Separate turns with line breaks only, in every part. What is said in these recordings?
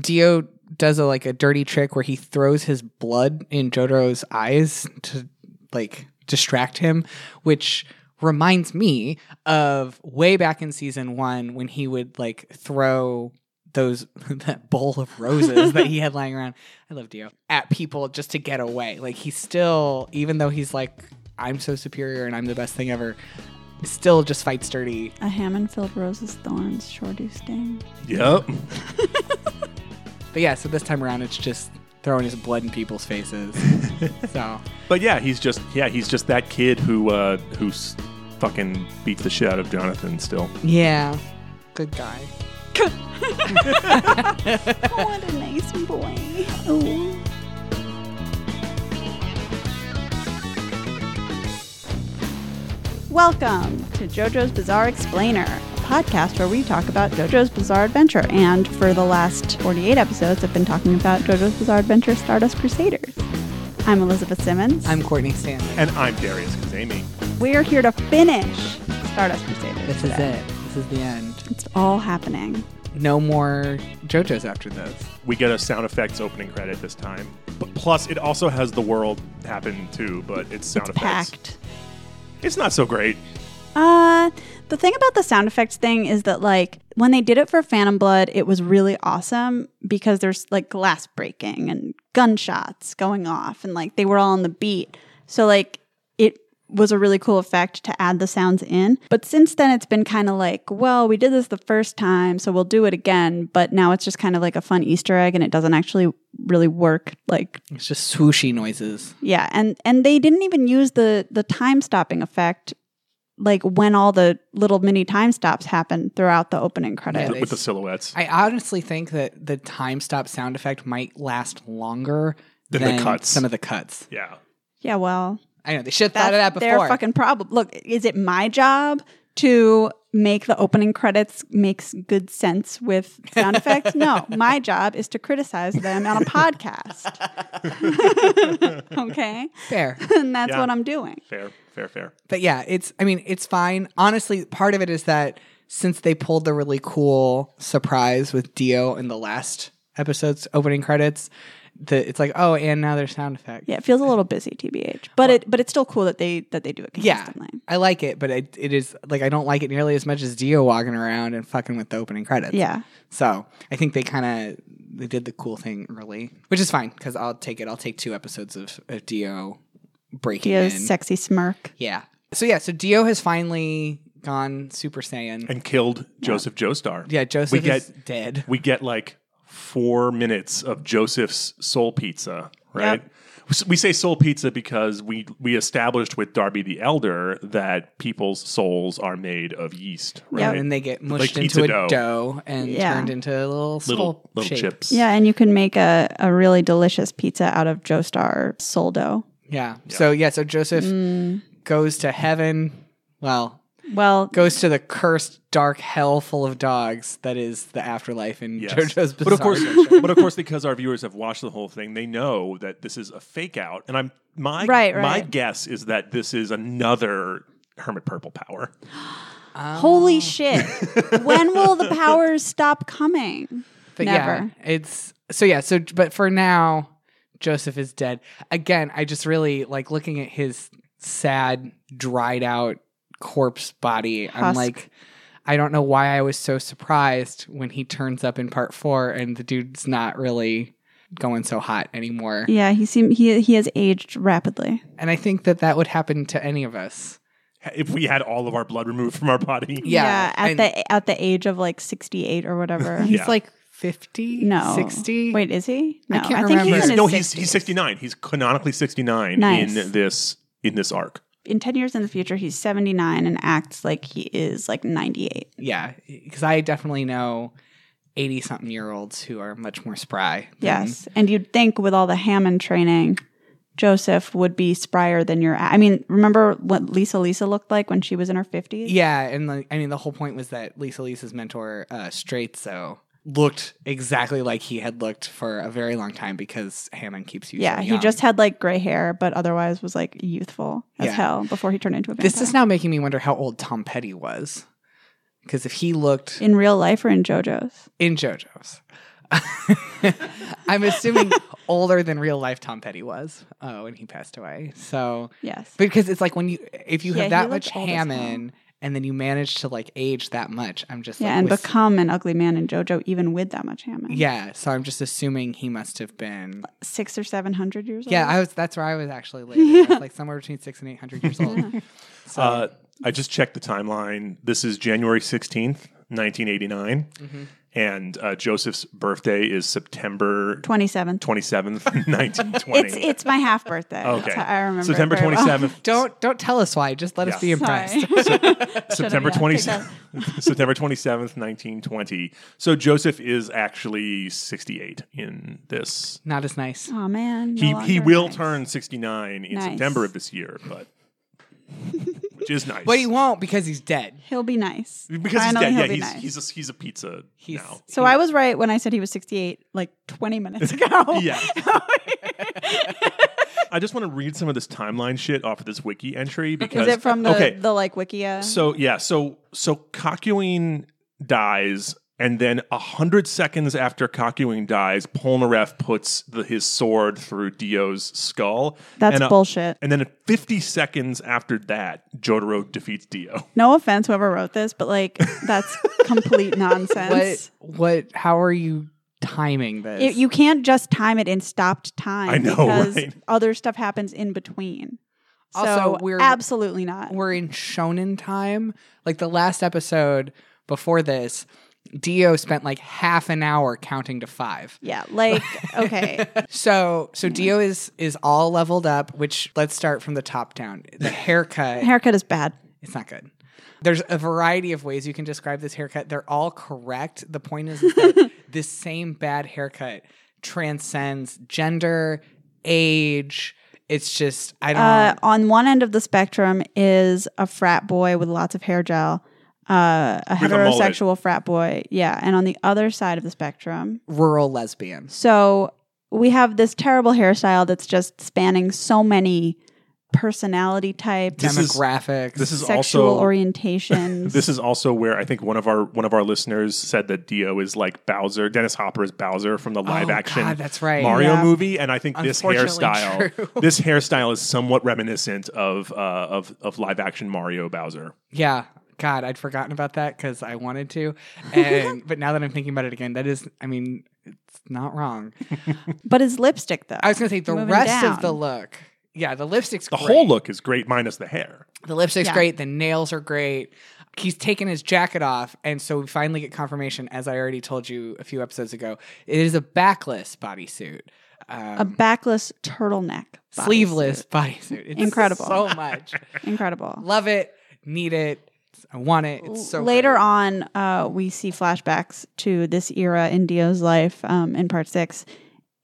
Dio does a like a dirty trick where he throws his blood in Jotaro's eyes to like distract him, which reminds me of way back in season one when he would like throw those that bowl of roses that he had lying around. I love Dio at people just to get away. Like he's still, even though he's like, I'm so superior and I'm the best thing ever. Still just fights dirty.
A Hammond filled rose's thorns sure do sting.
Yep.
But yeah, so this time around, it's just throwing his blood in people's faces. so
But yeah, he's just yeah, he's just that kid who uh who's fucking beats the shit out of Jonathan still.
yeah, good guy.
what a nice boy. Ooh. Welcome to JoJo's Bizarre Explainer, a podcast where we talk about JoJo's Bizarre Adventure. And for the last 48 episodes, I've been talking about JoJo's Bizarre Adventure Stardust Crusaders. I'm Elizabeth Simmons.
I'm Courtney Stanley.
And I'm Darius Kazemi.
We're here to finish Stardust Crusaders.
This is
today.
it. This is the end.
It's all happening.
No more JoJo's after this.
We get a sound effects opening credit this time. But plus it also has the world happen too, but it's sound
it's
effects.
packed.
It's not so great.
Uh, the thing about the sound effects thing is that like when they did it for Phantom Blood, it was really awesome because there's like glass breaking and gunshots going off and like they were all on the beat. So like it was a really cool effect to add the sounds in. But since then it's been kind of like, well, we did this the first time, so we'll do it again, but now it's just kind of like a fun easter egg and it doesn't actually really work like
It's just swooshy noises.
yeah, and and they didn't even use the the time stopping effect, like when all the little mini time stops happen throughout the opening
Yeah,
credit.
they-
With the silhouettes.
I honestly think that the time stop sound effect might last longer
Than the cuts.
Some of the cuts.
yeah.
yeah, well,
I know they should have thought of that
their
before.
fucking problem. Look, is it my job to make the opening credits makes good sense with sound effects? No, my job is to criticize them on a podcast. okay,
Fair.
and that's
Yeah.
what I'm doing.
Fair, fair, fair.
but yeah, it's I mean, it's fine. Honestly, part of it is that since they pulled the really cool surprise with Dio in the last episode's opening credits, the it's like, oh, and now there's sound effects.
Yeah, it feels a little busy, tbh, but it but it's still cool that they that they do it
Yeah,
consistently.
I like it, but it, it is like I don't like it nearly as much as Dio walking around and fucking with the opening credits.
Yeah.
So I think they kind of they did the cool thing early, which is fine because I'll take it. I'll take two episodes of, of Dio breaking
Dio's
in.
sexy smirk.
yeah. So yeah. So Dio has finally gone Super Saiyan.
And killed Joseph Joestar.
yeah, Joseph
we get
is dead.
we get like four minutes of Joseph's soul pizza, right? We say soul pizza because we we established with Darby the Elder that people's souls are made of yeast,
Yeah.
right?
And they get mushed
pizza
into a
dough.
dough, and
Yeah.
turned into little
little
skull
little
shape.
chips.
Yeah, and you can make a, a really delicious pizza out of Joestar soldo.
Yeah. So yeah. So Joseph
Mm.
goes to heaven. Well,
Well,
goes to the cursed dark hell full of dogs that is the afterlife in
Yes.
JoJo's Bizarre
but of course,
Adventure.
but of course, because our viewers have watched the whole thing, they know that this is a fake out. And I'm my
Right,
my
right.
guess is that this is another Hermit Purple power.
Oh. holy shit. when will the powers stop coming?
But
Never.
yeah, it's so yeah. So but for now, Joseph is dead. Again, I just really like looking at his sad, dried out corpse body. I'm
Husk.
like. I don't know why I was so surprised when he turns up in part four and the dude's not really going so hot anymore.
Yeah, he seem he he has aged rapidly.
And I think that that would happen to any of us.
If we had all of our blood removed from our body,
Yeah,
at
and-
the at the age of like 68 or whatever.
He's
Yeah.
like 50,
no.
60.
Wait, is he? No,
I can't remember.
he's
He's,
in his
no, he's
60s.
he's 69. He's canonically 69
Nice.
in this in this arc.
in 10 years in the future, he's 79 and acts like he is like 98.
yeah, because I definitely know eighty something year olds who are much more spry. than-
Yes. Mm-hmm. And you'd think with all the Hammond training, Joseph would be sprier than your. I mean, remember what Lisa Lisa looked like when she was in her 50s?
Yeah, and like I mean, the whole point was that Lisa Lisa's mentor, uh, Straightso, looked exactly like he had looked for a very long time because Hammond keeps you. so
Yeah, he
young.
just had like gray hair, but otherwise was like youthful as
Yeah.
hell before he turned into a vampire.
This is now making me wonder how old Tom Petty was, because if he looked
in real life or in JoJo's.
in JoJo's, I'm assuming older than real life Tom Petty was uh, when he passed away. So
Yes.
because it's like when you if you have
Yeah, he
that
looked
much
old as
ham
hell.
in and then you manage to like age that much, I'm just
yeah,
like,
and
with-
become an ugly man in JoJo, even with that much hammer.
yeah. So I'm just assuming he must have been
Uh, Six or seven hundred years old.
yeah. I was that's where I was actually later, like somewhere between six and eight hundred years old.
Oh.
So
Uh, I just checked the timeline. This is January 16th, 1989.
Mm-hmm.
And uh, Joseph's birthday is September
27th.
27th, 1920.
It's it's my half birthday.
okay.
That's how I remember. it
September
very well.
27th.
don't don't tell us why. Just let us
Yeah.
be impressed.
Sorry.
September
yeah,
twenty
take that.
September twenty seventh, nineteen twenty. So Joseph is actually sixty eight in this.
Not as nice.
Oh man. no
He he
longer
will
nice.
turn sixty nine in
Nice.
September of this year, but which is nice.
But he won't because he's dead.
He'll be nice.
because he's
Finally,
dead.
he'll
Yeah,
be
he's
nice.
he's a, he's a pizza
He's
now.
so I was right when I said he was 68 like 20 minutes ago.
Yeah. I just want to read some of this timeline shit off of this wiki entry because
Is it from the,
okay.
the like Wikia?
So yeah, so so Cocuine dies, and then a hundred seconds after Cocuine dies, Polnareff puts the, his sword through Dio's skull.
That's
and uh, a-
bullshit.
And then fifty seconds after that, Jotaro defeats Dio.
No offense, whoever wrote this, but like that's complete nonsense.
What what? How are you timing this?
It, you can't just time it in stopped time
I know,
because
right?
other stuff happens in between.
Also,
so
we're-
absolutely not.
we're in shonen time. Like the last episode before this, Dio spent like half an hour counting to five.
yeah, like okay,
So so Dio is is all leveled up, which let's start from the top down. The haircut
haircut is bad.
it's not good. There's a variety of ways you can describe this haircut. They're all correct. The point is, is that this same bad haircut transcends gender, age. It's just I don't
Uh,
Um,
on one end of the spectrum is a frat boy with lots of hair gel, uh, a
With a mullet.
heterosexual frat boy. Yeah, and on the other side of the spectrum,
rural lesbian.
so we have this terrible hairstyle that's just spanning so many personality types,
This is-
demographics.
This is
sexual
also
orientations.
this is also where I think one of our one of our listeners said that Dio is like Bowser. Dennis Hopper is Bowser from the live
Oh,
action
God, that's right.
Mario
Yeah.
movie, and I think this
Unfortunately
hairstyle
true.
this hairstyle is somewhat reminiscent of uh, of of live action Mario Bowser.
Yeah. God, I'd forgotten about that because I wanted to. And but now that I'm thinking about it again, that is I mean, it's not wrong.
but his lipstick, though.
I was gonna say the
Moving
rest
down.
of the look. Yeah, the lipstick's
The
great.
whole look is great, minus the hair.
The lipstick's
Yeah.
great, the nails are great. He's taken his jacket off, and so we finally get confirmation, as I already told you a few episodes ago. It is a backless bodysuit.
a
Um,
backless turtleneck, bodysuit.
sleeveless bodysuit. It's
Incredible.
So much.
incredible.
Love it. Need it. I want it. It's so
Later
great.
on, uh, we see flashbacks to this era in Dio's life um, in part six.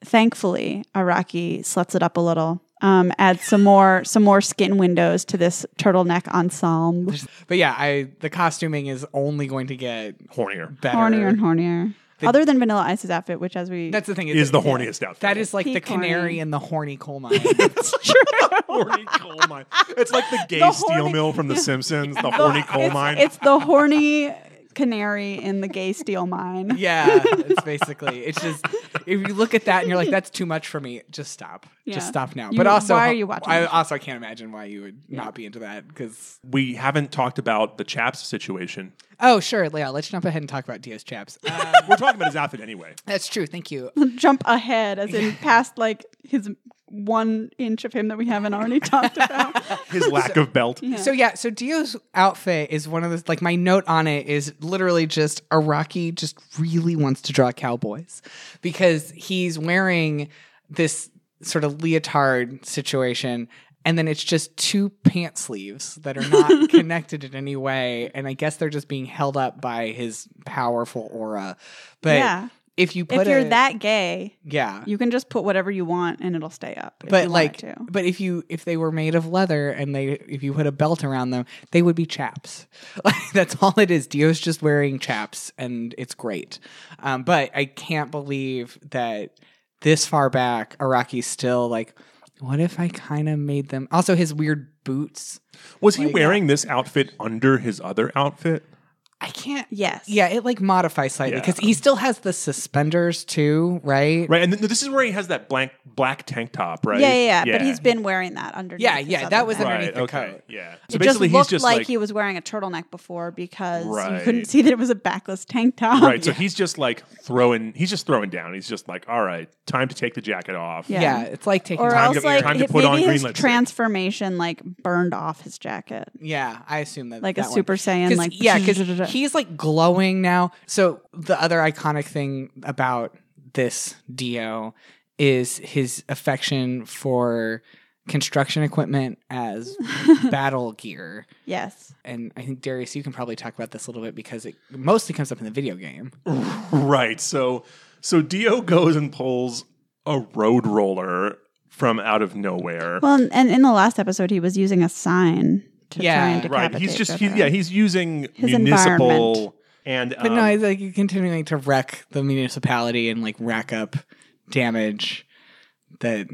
Thankfully, Araki sluts it up a little. Um, adds some more some more skin windows to this turtleneck ensemble.
But yeah, I the costuming is only going to get
Hornier
better.
Hornier and hornier. Other than Vanilla Ice's outfit, which, as we
That's the thing.
is the horniest outfit.
That is like the
Peak horny.
canary in the horny coal mine.
It's true.
horny coal mine. It's like the gay
The
steel
horny-
mill from The Simpsons. The horny coal
it's,
mine.
it's the horny canary in the gay steel mine.
yeah, it's basically. It's just if you look at that and you're like, that's too much for me. Just stop.
Yeah.
Just stop now.
You-
but also,
why are you watching
I
this?
also I can't imagine why you would not be into that because.
we haven't talked about the chaps situation.
Oh sure, yeah. Let's jump ahead and talk about Dio's chaps. Uh,
We're talking about his outfit anyway.
that's true. Thank you.
Jump ahead, as in past like his one inch of him that we haven't already talked about.
His lack of belt.
So yeah, so Dio's outfit is one of those. Like my note on it is literally just Iraqi just really wants to draw cowboys because he's wearing this sort of leotard situation, and then it's just two pant sleeves that are not connected in any way, and I guess they're just being held up by his powerful aura. But
Yeah.
if you put
if you're
a-
that gay,
yeah,
you can just put whatever you want and it'll stay up. if
but
you want
like
it to.
but if you if they were made of leather and they if you put a belt around them they would be chaps like that's all it is dio's just wearing chaps and it's great um, but i can't believe that this far back iraqi's still like what if i kind of made them also his weird boots
Was he wearing this outfit under his other outfit?
I can't.
Yes.
Yeah, it like modifies slightly
Yeah.
because he still has the suspenders too, right?
Right, and th- this is where he has that blank black tank top, right?
Yeah, yeah, yeah, But he's been wearing that underneath.
Yeah,
his
yeah,
other
that was
thing.
underneath
right.
the
Okay,
coat.
yeah.
It just looked like, he was wearing a turtleneck before because you couldn't
Right.
see that it was a backless tank top.
right. So he's just like throwing. He's just throwing down. He's just like, all right, time to take the jacket off.
Yeah.
Yeah. it's like taking.
Or
time
else,
to-
to-
like
time to
it-
put on
maybe
green
his
lipstick.
transformation like burned off his jacket,
yeah, I assume that
like
that
a
one.
Super Saiyan.
'Cause-
Like
yeah, because he's like glowing now. So the other iconic thing about this Dio is his affection for construction equipment as battle gear.
yes,
And I think Darius, you can probably talk about this a little bit because it mostly comes up in the video game.
Right. So so Dio goes and pulls a road roller from out of nowhere.
well, and, and in the last episode, he was using a sign to
Yeah.
try and decapitate.
right. He's just he,
Jotaro.
yeah. He's using
His environment.
municipal and um,
But no, he's like continuing to wreck the municipality and like rack up damage that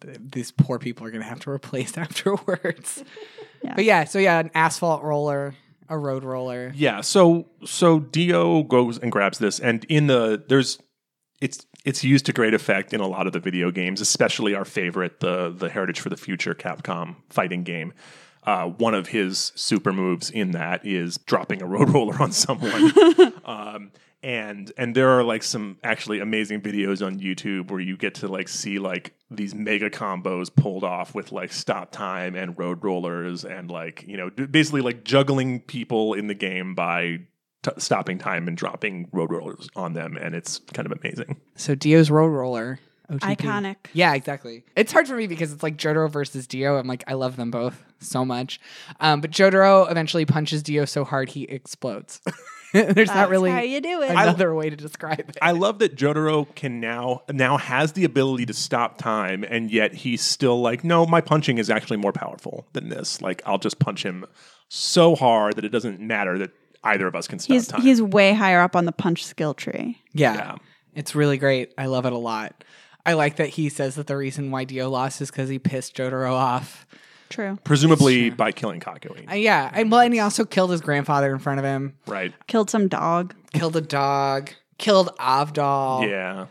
th- these poor people are going to have to replace afterwards.
Yeah.
But yeah, so yeah, an asphalt roller, a road roller.
yeah. So so Dio goes and grabs this, and in the there's it's it's used to great effect in a lot of the video games, especially our favorite, the the Heritage for the Future Capcom fighting game. Uh, one of his super moves in that is dropping a road roller on someone. um, and and there are like some actually amazing videos on YouTube where you get to like see like these mega combos pulled off with like stop time and road rollers and like you know d- basically like juggling people in the game by t- stopping time and dropping road rollers on them, and it's kind of amazing.
So Dio's road roller. OTP.
iconic.
Yeah, exactly. It's hard for me because it's like Jotaro versus Dio. I'm like, I love them both so much. Um, but Jotaro eventually punches Dio so hard he explodes. There's not
That's
really
how you do it.
another way to describe it.
I love that Jotaro can now now has the ability to stop time, and yet he's still like, no, my punching is actually more powerful than this. Like, I'll just punch him so hard that it doesn't matter that either of us can stop
he's
time.
he's way higher up on the punch skill tree.
Yeah.
Yeah.
It's really great. I love it a lot. I like that he says that the reason why Dio lost is because he pissed Jotaro off.
True.
Presumably by killing Kakyoin,
Uh, yeah. And well, and he also killed his grandfather in front of him,
right?
Killed some dog.
killed a dog, killed
Oh.
Avdol.
Yeah,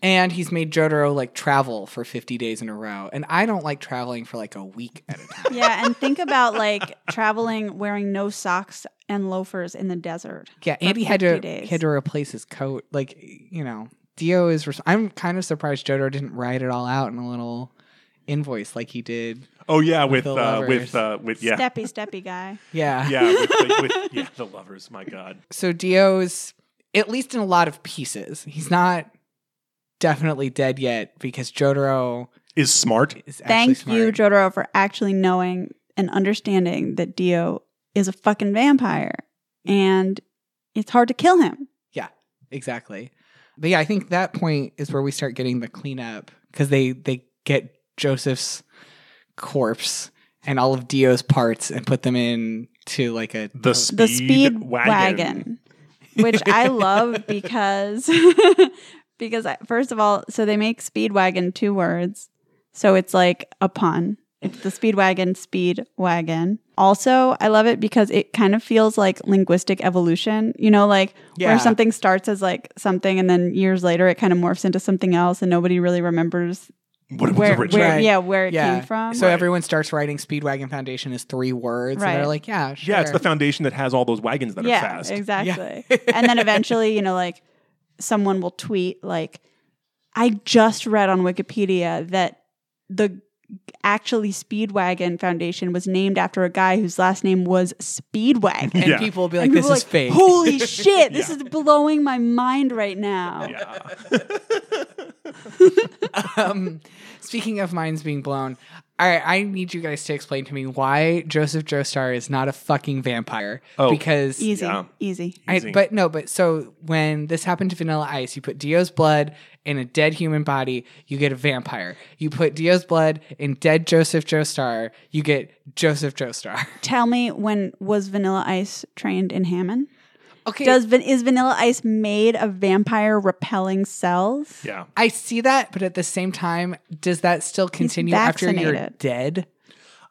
And he's made Jotaro like travel for 50 days in a row. And I don't like traveling for like a week at a time.
Yeah, and think about like traveling wearing no socks and loafers in the desert.
Yeah.
for
Andy had to
50 days.
he had to replace his coat. Like, you know, Dio is. Res- I'm kind of surprised Jotaro didn't write it all out in a little invoice like he did.
oh yeah, with
the
uh, with
lovers.
uh, with yeah,
Steppy, steppy guy.
Yeah.
yeah, with, with, with- yeah, the lovers. My God,
so Dio's at least in a lot of pieces. He's not definitely dead yet because Jotaro
is smart.
is actually
Thank you,
smart.
Jotaro, for actually knowing and understanding that Dio is a fucking vampire and it's hard to kill him.
exactly. But yeah, I think that point is where we start getting the cleanup because they they get Joseph's corpse and all of Dio's parts and put them in to like a
The speed,
The speed
wagon.
wagon, which I love because because I, first of all, so they make speed wagon two words. So it's like a pun. It's the speed wagon, speed wagon. Also, I love it because it kind of feels like linguistic evolution, you know, like
Yeah.
where something starts as like something and then years later it kind of morphs into something else and nobody really remembers
What it was
where,
originally?
where
Right.
yeah, where it
yeah.
came from.
So
Right.
everyone starts writing Speedwagon Foundation is three words and
Right.
they're like, yeah, sure.
Yeah, it's the foundation that has all those wagons that
yeah,
are fast.
exactly. and then eventually, you know, like someone will tweet like, "I just read on Wikipedia that the actually Speedwagon Foundation was named after a guy whose last name was Speedwagon."
and
Yeah.
people will be like,
And
this
people
is
are
fake.
Holy shit! This is blowing my mind right now.
Yeah.
um, speaking of minds being blown, all right, I need you guys to explain to me why Joseph Joestar is not a fucking vampire.
Oh.
because
Easy,
Yeah.
easy.
I,
Easy.
but no, but so when this happened to Vanilla Ice, you put Dio's blood in a dead human body, you get a vampire. You put Dio's blood in dead Joseph Joestar, you get Joseph Joestar.
Tell me, when was Vanilla Ice trained in Hammond?
Okay,
Does van- is Vanilla Ice made of vampire repelling cells?
yeah.
I see that, but at the same time, does that still continue after you're
vaccinated.
dead?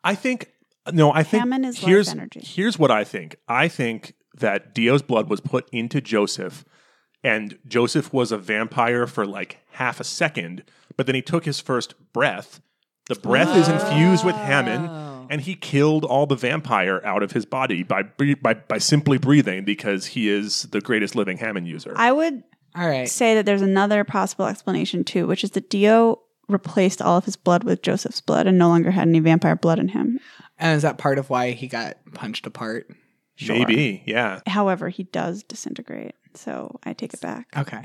I think no, I think
Hammond is life
here's
energy.
here's what I think. I think that Dio's blood was put into Joseph, and Joseph was a vampire for like half a second, but then he took his first breath. The breath is infused with Hammond, and he killed all the vampire out of his body by bre- by, by simply breathing because he is the greatest living Hammond user.
I would
All right.
say that there's another possible explanation too, which is that Dio replaced all of his blood with Joseph's blood and no longer had any vampire blood in him.
And is that part of why he got punched apart?
Maybe, yeah.
However, he does disintegrate, so I take it back.
Uh,
Okay.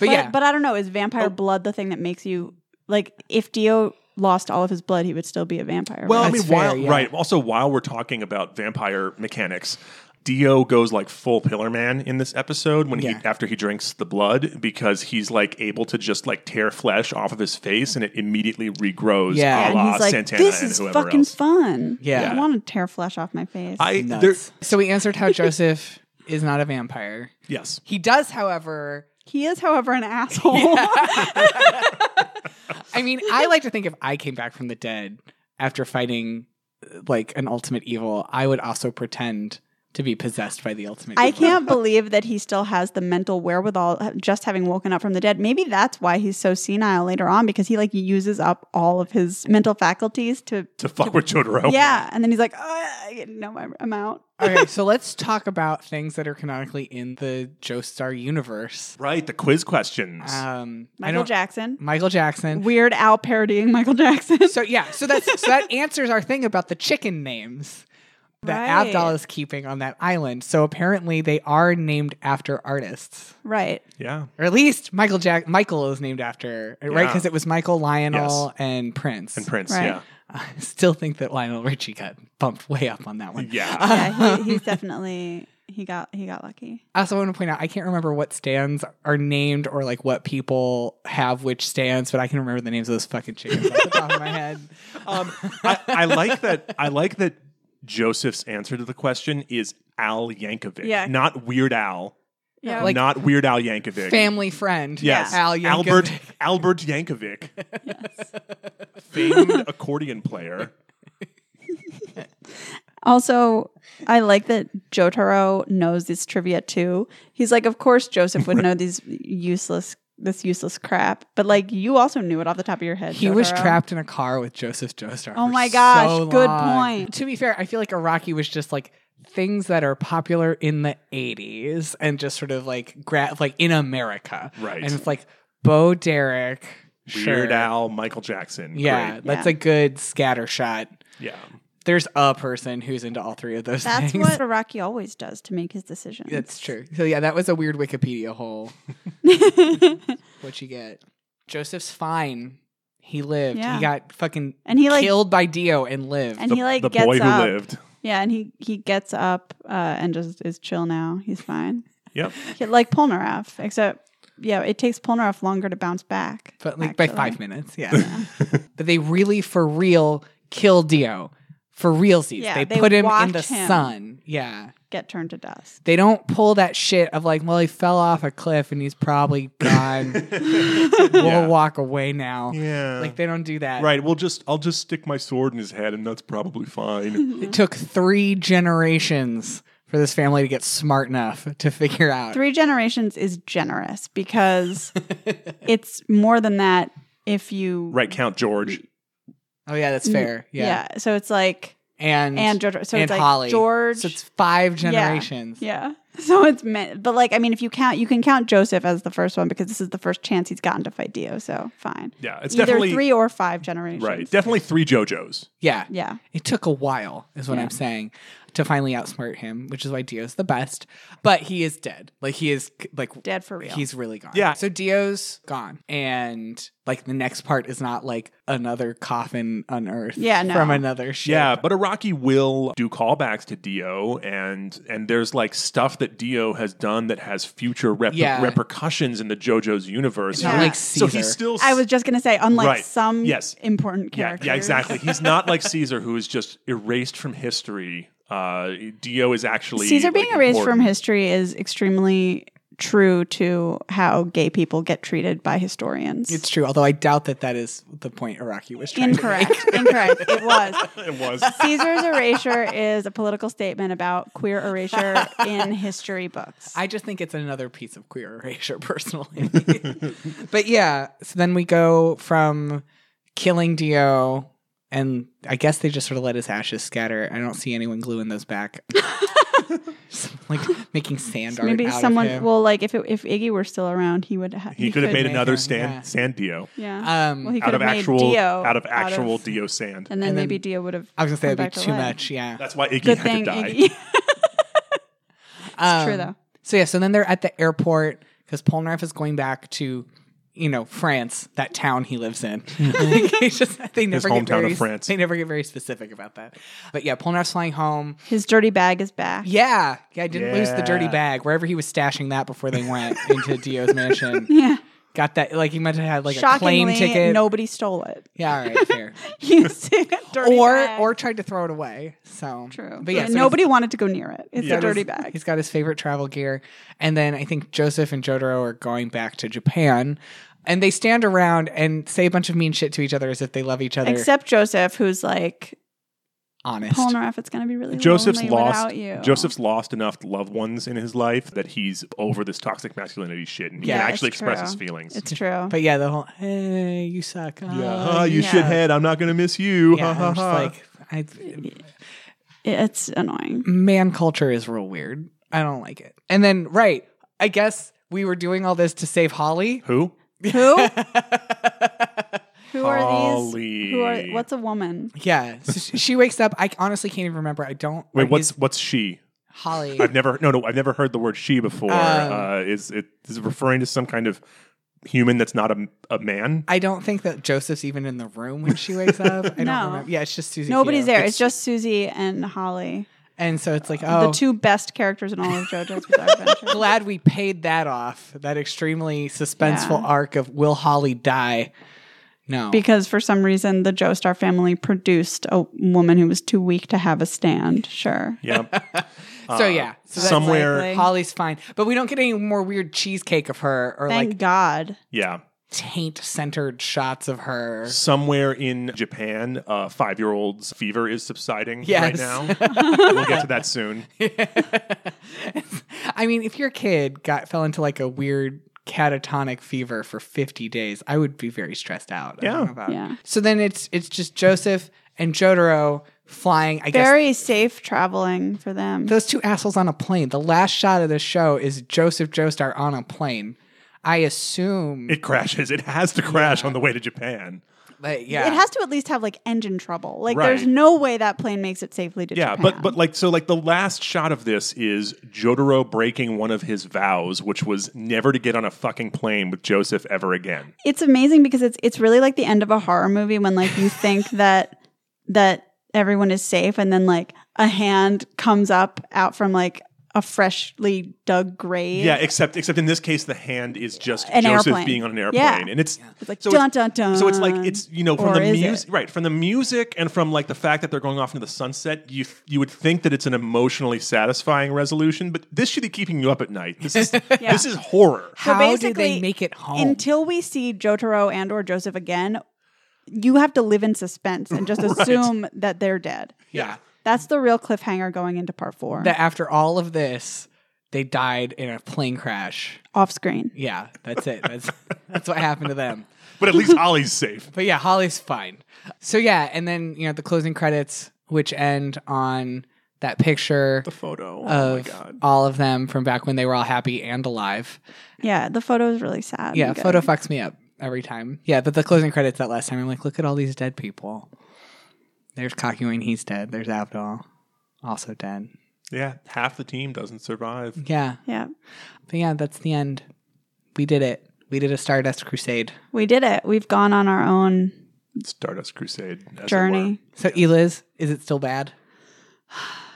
But yeah.
but I don't know. Is vampire
Oh.
blood the thing that makes you like? If Dio lost all of his blood, he would still be a vampire.
Well, I
right?
mean,
That's fair,
while,
yeah.
right. Also, while we're talking about vampire mechanics, Dio goes like full Pillar Man in this episode when
Yeah.
he after he drinks the blood because he's like able to just like tear flesh off of his face and it immediately regrows.
Yeah.
a
and
la
he's like,
Santana
"This
and
is
whoever
fucking
else.
fun."
Yeah.
I want to tear flesh off my face.
I there,
nuts. So we answered how Joseph is not a vampire.
yes.
He does, however.
he is, however, an asshole.
I mean, I like to think if I came back from the dead after fighting uh, like an ultimate evil, I would also pretend to be possessed by the ultimate
I
evil.
can't believe that he still has the mental wherewithal uh, just having woken up from the dead. Maybe that's why he's so senile later on because he like uses up all of his mental faculties to
To fuck with Jotaro.
yeah, and then he's like, "Ah, no, I'm- I'm out.
okay, so let's talk about things that are canonically in the Joestar universe.
Right. The quiz questions.
Uh,
Um, I
Michael
don't,
Jackson,
Michael Jackson.
Weird Al parodying Michael Jackson.
so yeah, so that's so that answers our thing about the chicken names that
Right.
Abdal is keeping on that island. So apparently they are named after artists.
right.
yeah.
Or at least Michael Jack Michael is named after, right?
Yeah.
Because it was Michael, Lionel, and Prince.
And Prince.
Right.
Yeah.
I still think that Lionel Richie got bumped way up on that one.
Yeah.
Yeah, he, he's definitely he got he got lucky.
I also want to point out I can't remember what stands are named or like what people have which stands, but I can remember the names of those fucking chickens off the top of my head.
Um, I, I like that. I like that. Joseph's answer to the question is Al Yankovic,
Yeah.
not Weird Al,
Yeah,
Like-
not Weird Al Yankovic.
Family friend.
Yes.
Al Yankovic.
Albert Albert Yankovic. Famed accordion player.
Also, I like that Jotaro knows this trivia too. He's like, of course Joseph would know these useless this useless crap, but like you also knew it off the top of your head.
He was
Jotaro.
trapped in a car with Joseph Joestar.
Oh
for
my gosh,
so
good
long.
point.
To be fair, I feel like Iraqi was just like things that are popular in the 80s and just sort of like gra- like in America.
Right.
And it's like Bo Derek.
Weird
sure.
Al Michael Jackson.
Yeah,
Great.
that's
Yeah.
a good scatter shot.
Yeah.
There's a person who's into all three of those
That's
things.
what Iraqi always does to make his decisions.
That's true. So yeah, that was a weird Wikipedia hole. what you get? Joseph's fine. He lived.
Yeah.
He got fucking
And he like
killed by Dio and lived.
and
The,
he like
the
gets
boy who
up.
lived.
Yeah, and he he gets up uh, and just is chill now. He's fine.
Yep.
Yeah, like Polnareff, except yeah, it takes Polnareff longer to bounce back.
but like by
actually.
five minutes, yeah. but they really, for real, kill Dio for realsies.
Yeah,
they,
they
put him in
watch
the
him.
sun. Yeah,
get turned to dust.
they don't pull that shit of like, well, he fell off a cliff and he's probably gone. we'll
Yeah.
walk away now.
Yeah.
Like they don't do that.
right. Well just I'll just stick my sword in his head and that's probably fine.
It took three generations for this family to get smart enough to figure out.
Three generations is generous because it's more than that if you
right, Count George.
Oh yeah, that's fair. Yeah,
yeah. So it's like
and
and George so
and
it's like
Holly.
George
So it's five generations.
yeah. So it's meant, but like I mean, if you count, you can count Joseph as the first one because this is the first chance he's gotten to fight Dio. So fine,
Yeah. It's
either
definitely
three or five generations.
Right. Definitely three JoJo's.
Yeah.
Yeah.
It took a while, is what I'm saying, to finally outsmart him, which is why Dio's the best. But he is dead. Like he is c- like
Dead for real.
He's really gone.
Yeah.
So Dio's gone, and like the next part is not like another coffin unearthed.
Yeah, no.
From another ship.
Yeah, but Iraqi will do callbacks to Dio, and and there's like stuff that Dio has done that has future rep-
Yeah.
repercussions in the JoJo's universe.
not Yeah. like
So he's
Caesar.
still.
I was just gonna say, unlike
Right.
some
Yes.
important
Yeah,
characters,
yeah, exactly. He's not like Caesar, who is just erased from history. Uh, Dio is actually
Caesar being
like,
erased
important.
from history is extremely true to how gay people get treated by historians.
It's true, although I doubt that that is the point Iraqi was trying to make.
incorrect. incorrect. It was.
It was.
Caesar's erasure is a political statement about queer erasure in history books.
I just think it's another piece of queer erasure, personally. but yeah, so then we go from killing Dio, and I guess they just sort of let his ashes scatter. I don't see anyone gluing those back. like making sand art.
Maybe
out of him.
someone will like if it, if Iggy were still around, he would. Ha-
He could have made
make
another
him,
stand
yeah.
sand Dio
Yeah.
Um,
well, he could
out
have
of
made
actual
Dio
out of actual
Dio.
Dio sand.
And then
And then-
maybe Dio would have.
I was gonna say
come
that'd
back
be
to
too
life.
much. Yeah,
That's why Iggy
Good
had
thing
to die.
Iggy.
Um,
true though.
So yeah, so then they're at the airport because Polnareff is going back to, you know, France, that town he lives in. It's just- they never get
Mm-hmm. hometown of
very,
France.
They never get very specific about that. But yeah, Polnareff's flying home.
His dirty bag is back.
Yeah, yeah, I didn't lose the dirty
Yeah.
bag wherever he was stashing that before they went into Dio's mansion.
Yeah.
Got that? Like he might have had like
Shockingly,
a plane ticket.
nobody stole it.
Yeah, all right, fair.
You see, dirty
or
bag.
or tried to throw it away. So
true.
But yeah, so
nobody wanted to go near it. It's
Yeah.
a dirty bag.
He's got his favorite travel gear. And then I think Joseph and Jotaro are going back to Japan. And they stand around and say a bunch of mean shit to each other as if they love each other.
Except Joseph, who's like,
Honest.
Polnareff, it's going to be really
Joseph's
lonely
lost.
without you.
Joseph's lost enough loved ones in his life that he's over this toxic masculinity shit, and he
Yeah,
can actually
it's
express
true.
his feelings.
It's true.
But yeah, the whole, hey, you suck. Uh, Yeah,
Ah, you
yeah.
shithead! I'm not gonna miss you.
Yeah,
ha ha
I'm just
ha.
like, I,
It's annoying.
man culture is real weird. I don't like it. And then, right, I guess we were doing all this to save Holly.
Who?
Who? Who are
Holly.
these? Who are? What's a woman?
Yeah. So she- she wakes up. I honestly can't even remember. I don't.
Wait,
like,
what's
is
what's she?
Holly?
I've never no no I've never heard the word she before.
Oh.
uh, is it is it referring to some kind of human that's not a, a man?
I don't think that Joseph's even in the room when she wakes up. I
No.
don't remember. Yeah, it's just Susie.
Nobody's
Q.
there. It's, just Susie and Holly,
and so it's like, oh,
the two best characters in all of JoJo's Bizarre Adventure.
glad we paid that off. That extremely suspenseful
Yeah.
arc of will Holly die? No,
Because for some reason, the Joestar family produced a woman who was too weak to have a stand. Sure.
Yeah.
so yeah, so that's
somewhere.
like, Holly's fine, but we don't get any more weird cheesecake of her or
Thank
like
God.
Yeah.
taint centered shots of her.
Somewhere in Japan, uh, five year olds fever is subsiding right
Yes.
now. we'll get to that soon.
I mean, if your kid got fell into like a weird catatonic fever for 50 days, I would be very stressed out. I don't
Yeah.
know about-
Yeah.
So then it's it's just Joseph and Jotaro flying. I guess
Very safe traveling for them.
those two assholes on a plane. The last shot of the show is Joseph Joestar on a plane. I assume,
It crashes. It has to crash on the way to Japan.
but yeah,
It has to at least have like engine trouble. Like there's
Right.
no way that plane makes it safely to
Yeah,
Japan.
but but like so like the last shot of this is Jotaro breaking one of his vows, which was never to get on a fucking plane with Joseph ever again.
it's amazing because it's it's really like the end of a horror movie when like you think that that everyone is safe and then like a hand comes up out from like a freshly dug grave.
Yeah, except except in this case the hand is just
An
Joseph
airplane.
being on an airplane.
Yeah.
And it's
It's like
so
dun
it's-
dun dun.
So it's like it's you know from
Or
the
is
music right from the music and from like the fact that they're going off into the sunset you you would think that it's an emotionally satisfying resolution but this should be keeping you up at night this is this is horror
So
How do they
basically,
make it home?
Until we see Jotaro and or Joseph again, you have to live in suspense and just assume that they're dead.
yeah,
That's the real cliffhanger going into part four.
that after all of this, they died in a plane crash.
off screen.
Yeah, that's it. That's that's what happened to them.
but at least Holly's safe
But yeah, Holly's fine. So yeah, and then you know the closing credits, which end on that picture
the photo oh my
of
god
all of them from back when they were all happy and alive.
Yeah, the photo is really sad.
Yeah,
and good.
photo fucks me up every time. Yeah, but the closing credits that last time, I'm like, look at all these dead people. There's Cockywing, he's dead. There's Abdul, also dead.
yeah half the team doesn't survive
Yeah,
Yeah,
but yeah, that's the end. We did it. We did a Stardust Crusade.
we did it. We've gone on our own
Stardust Crusade as it were.
journey.
So Eliz, is it still bad?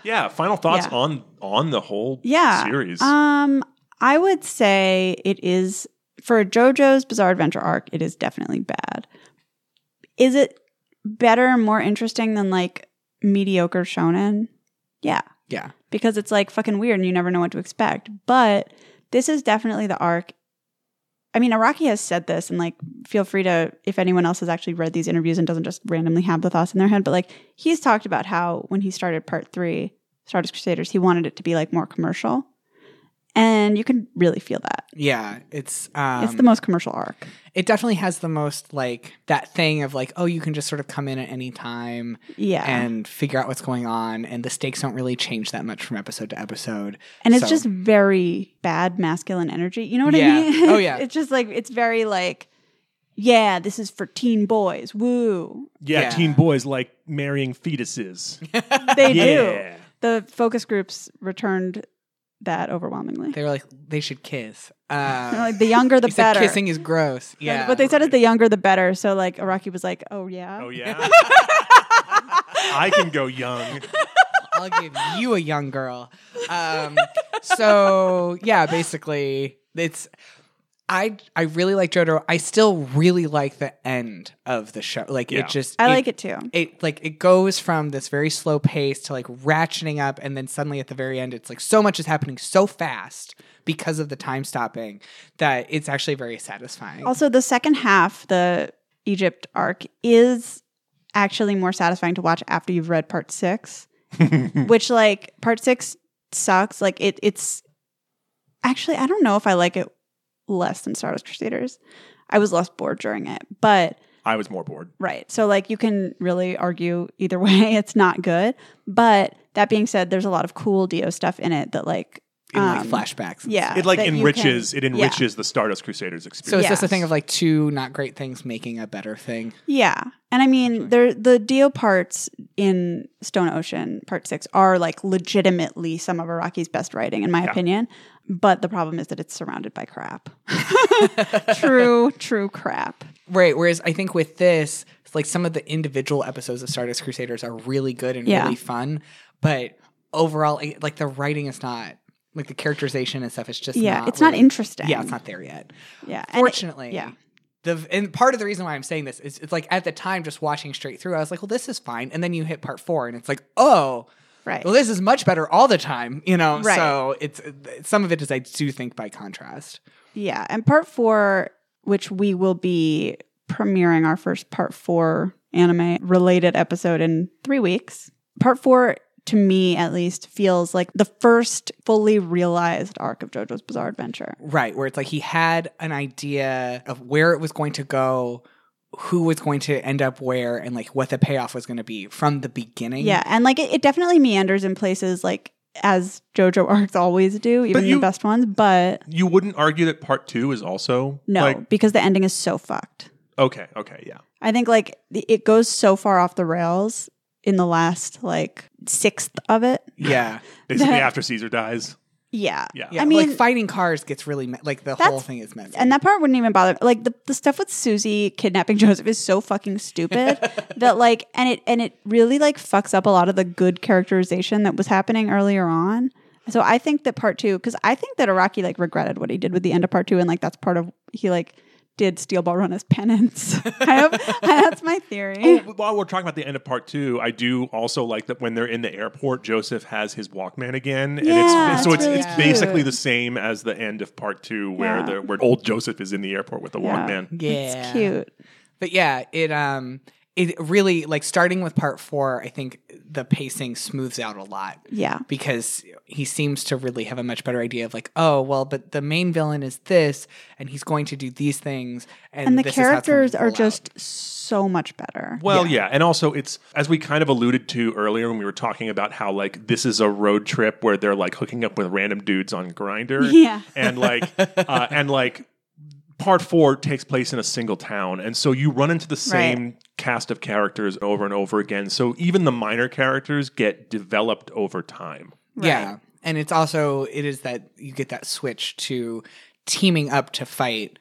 yeah final thoughts
Yeah.
on on the whole
Yeah.
series
Um, I would say it is for JoJo's Bizarre Adventure arc. It is definitely bad. Is it better and more interesting than like mediocre shonen? Yeah,
Yeah.
because it's like fucking weird and you never know what to expect. But this is definitely the arc. I mean, Araki has said this, and like, feel free to, if anyone else has actually read these interviews and doesn't just randomly have the thoughts in their head, but like, he's talked about how when he started part three, Stardust Crusaders, he wanted it to be like more commercial. And you can really feel that.
Yeah, it's um,
it's the most commercial arc.
It definitely has the most like that thing of like, oh, you can just sort of come in at any time
Yeah.
and figure out what's going on, and the stakes don't really change that much from episode to episode.
And it's
So-
just very bad masculine energy. You know what
Yeah.
I mean?
Oh, yeah.
it's just like it's very like, yeah, this is for teen boys. Woo.
Yeah,
Yeah.
teen boys like marrying fetuses.
They do.
yeah.
The focus groups returned that overwhelmingly.
They were like, they should kiss.
They're
Uh,
like the younger the
he said
better.
kissing is gross.
But-
Yeah,
But they said is the younger the better. So like Araki was like, Oh yeah.
Oh yeah. I can go young.
I'll give you a young girl. Um, so yeah, basically, it's I I really like Jotaro. I still really like the end of the show. Like
Yeah.
it just
I like it too.
It like it goes from this very slow pace to like ratcheting up, and then suddenly at the very end, it's like so much is happening so fast because of the time stopping that it's actually very satisfying.
Also, the second half, the Egypt arc, is actually more satisfying to watch after you've read part six,
Mm.
which like part six sucks. Like it, it's actually I don't know if I like it less than Stardust Crusaders. I was less bored during it, but
I was more bored.
right. So like you can really argue either way. It's not good, but that being said, there's a lot of cool Dio stuff in it that like
in like
um,
flashbacks. and
yeah,
It like
that you
enriches
can-
it enriches the Stardust Crusaders
So
experience.
it's just a
Yes.
thing of like two not great things making a better thing.
Yeah. And I mean, there the Dio parts in Stone Ocean Part 6 are like legitimately some of Araki's best writing in my
Yeah.
opinion, but the problem is that it's surrounded by crap. true, true crap.
Right. Whereas I think with this, it's like some of the individual episodes of Stardust Crusaders are really good and
Yeah.
really fun, but overall, I- like the writing is not like the characterization and stuff. It's just
yeah,
not
it's not
really-
interesting.
Yeah, it's not there yet.
Yeah. and it-
Fortunately,
yeah.
The and part of the reason why I'm saying this is it's like at the time just watching straight through, I was like, well, this is fine, and then you hit part four, and it's like, oh.
Right.
Well, this is much better all the time, you know.
Right.
So it's some of it is I do think by contrast.
Yeah, and part four, which we will be premiering our first part four anime related episode in three weeks. Part four, to me at least, feels like the first fully realized arc of JoJo's Bizarre Adventure.
Right, where it's like he had an idea of where it was going to go, who was going to end up where, and like what the payoff was going to be from the beginning.
Yeah, and like it, it definitely meanders in places like as JoJo arcs always do, even
you-
the best ones, but
you wouldn't argue that part two is also
no,
like
because the ending is so fucked.
okay, okay, yeah.
I think like the- it goes so far off the rails in the last like sixth of it.
Yeah.
Basically
That-
after Caesar dies.
Yeah.
Yeah.
Yeah.
I mean-
like fighting cars gets really, me- like the
That's-
whole thing is messy.
And that part wouldn't even bother. Like the, the stuff with Susie kidnapping Joseph is so fucking stupid that like and it and it really like fucks up a lot of the good characterization that was happening earlier on. So I think that part two, because I think that Araki like regretted what he did with the end of part two, and like that's part of he like did Steel Ball Run as penance. kind of. that's my
Oh,
theory.
while we're talking about the end of part two, I do also like that when they're in the airport, Joseph has his Walkman again, and
Yeah,
it's so it's,
that's
it's
really
basically
cute.
the same as the end of part two, where
Yeah.
the where old Joseph is in the airport with the
Yeah.
Walkman.
yeah.
It's cute.
But yeah, it, um, it really, like starting with part four, I think the pacing smooths out a lot.
Yeah.
because he seems to really have a much better idea of like, oh, well, but the main villain is this, and he's going to do these things, and,
And the
this is how it's gonna
characters are
roll out.
just so much better.
Well, yeah. and also it's as we kind of alluded to earlier when we were talking about how like this is a road trip where they're like hooking up with random dudes on Grinder,
Yeah.
and like uh, and like part four takes place in a single town, and so you run into the same cast of characters over and over again. So even the minor characters get developed over time.
yeah, and it's also it is that you get that switch to teaming up to fight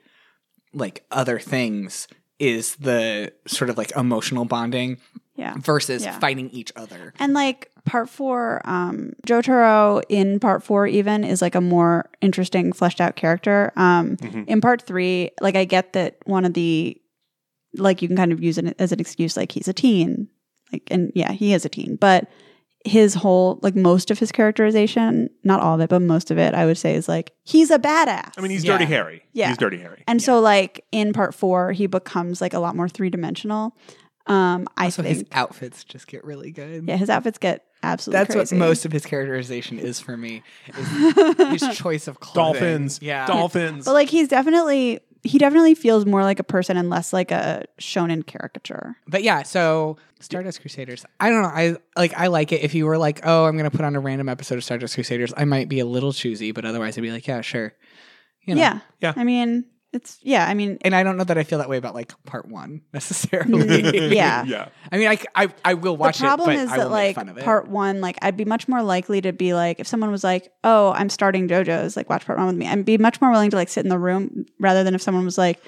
like other things is the sort of like emotional bonding
Yeah.
versus
Yeah.
fighting each other.
And like part four, um, Jotaro in part four even is like a more interesting, fleshed out character. Um,
Mm-hmm.
In part three, like I get that one of the, like you can kind of use it as an excuse, like he's a teen, like and yeah, he is a teen, but his whole like most of his characterization, not all of it, but most of it, I would say is like he's a badass.
I mean, he's
Yeah.
Dirty Harry.
Yeah.
He's Dirty Harry.
and so like in part four, he becomes like a lot more three dimensional. Um, I
So
think
his outfits just get really good.
yeah, his outfits get absolutely
That's
crazy.
what most of his chartarization is for me. Is his choice of clothing.
Dolphins.
Yeah.
Dolphins.
But like he's definitely he definitely feels more like a person and less like a shonen caricature.
But yeah, so Stardust Crusaders. I don't know. I like I like it. If you were like, oh, I'm gonna put on a random episode of Stardust Crusaders, I might be a little choosy, but otherwise I'd be like, yeah, sure. You know.
Yeah.
Yeah.
I mean, it's yeah, I mean
And I don't know that I feel that way about like part one necessarily.
yeah.
yeah.
I mean, I, c- I, I will watch
the problem
it, but
is
I
that
will make
like
fun of it.
part one, like I'd be much more likely to be like if someone was like, "Oh, I'm starting JoJo's," like watch part one with me. I'd be much more willing to like sit in the room rather than if someone was like,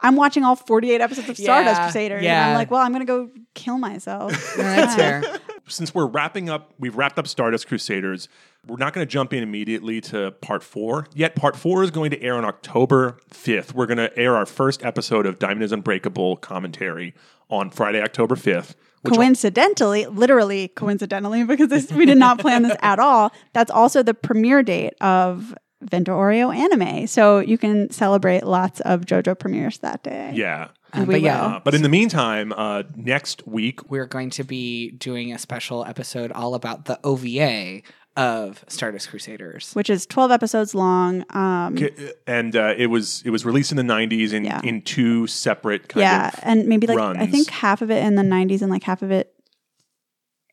"I'm watching all 48 episodes of Stardust
Yeah,
Crusaders," and
yeah.
I'm like, "Well, I'm gonna go kill myself."
No, that's fair.
Since we're wrapping up, we've wrapped up Stardust Crusaders. We're not going to jump in immediately to part four yet. Part four is going to air on October 5th. We're going to air our first episode of Diamond is Unbreakable commentary on Friday, October 5th. Which
coincidentally, literally coincidentally, because this, we did not plan this at all. That's also the premiere date of Vento Oreo anime, so you can celebrate lots of JoJo premieres that day.
yeah.
And
Um, But
we
yeah.
will.
Uh, but in the meantime, uh, next week,
We're going to be doing a special episode all about the OVA of Stardust Crusaders.
which is 12 episodes long. Um,
and uh, it was it was released in the 90s in,
Yeah.
in two separate kind
yeah,
of
and maybe like I
runs.
think half of it in the 90s and like half of it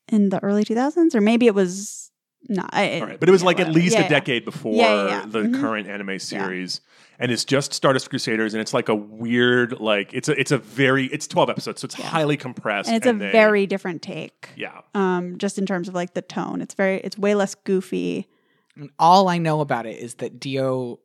in the early 2000s, or maybe it was not. I,
All right, but it was
yeah,
like at
whatever.
least
Yeah,
a
yeah.
decade before
Yeah, yeah, yeah.
the
Mhm.
current anime series, and it's just Stardust Crusaders, and it's like a weird, like it's a it's a very it's twelve episodes, so it's highly compressed,
and it's a
they-
very different take.
yeah.
Um, just in terms of like the tone, it's very, it's way less goofy.
And all I know about it is that Dio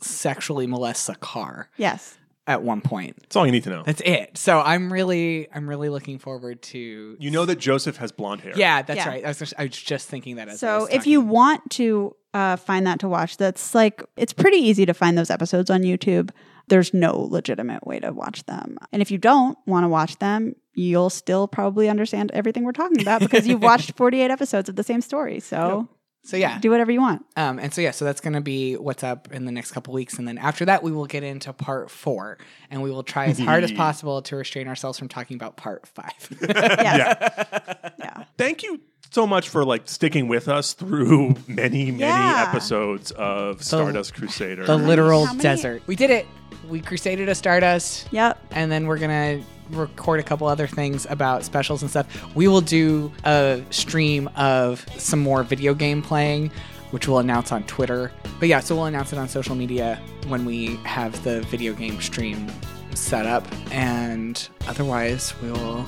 sexually molests a car
Yes,
at one point.
That's all you need to know.
That's it. So I'm really, I'm really looking forward to.
You know that Joseph has blonde hair.
Yeah, that's
Yeah.
right. I was, just, I was just thinking that. As I
So
was
if you
talking.
want to uh, find that to watch, that's like it's pretty easy to find those episodes on YouTube. There's no legitimate way to watch them. And if you don't want to watch them, you'll still probably understand everything we're talking about because you've watched 48 episodes of the same story. So
so yeah,
do whatever you want.
um, and so yeah, so that's gonna be what's up in the next couple weeks, and then after that we will get into part four, and we will try as hard as possible to restrain ourselves from talking about part five.
Yes.
yeah.
Yeah.
Thank you so much for like sticking with us through many many
Yeah.
episodes of Stardust Crusader.
the literal
How many-
desert. We did it. We crusaded a Stardust.
Yep.
and then we're gonna record a couple other things about specials and stuff. We will do a stream of some more video game playing, which we'll announce on Twitter. But yeah, so we'll announce it on social media when we have the video game stream set up, and otherwise we'll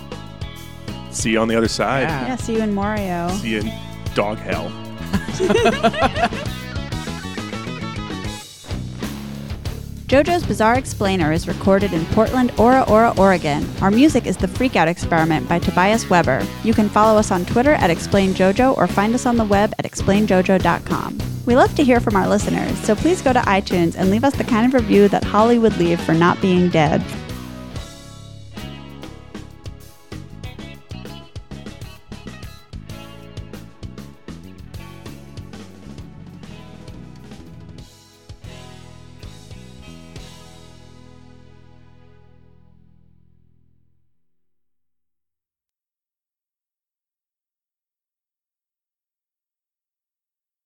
See you on the other side.
Yeah.
Yeah. See you in Mario.
See you in dog hell.
JoJo's Bizarre Explainer is recorded in Portland, Ora Ora, Oregon. Our music is The Freakout Experiment by Tobias Weber. You can follow us on Twitter at ExplainJojo or find us on the web at explainjojo.com. We love to hear from our listeners, so please go to iTunes and leave us the kind of review that Holly would leave for not being dead.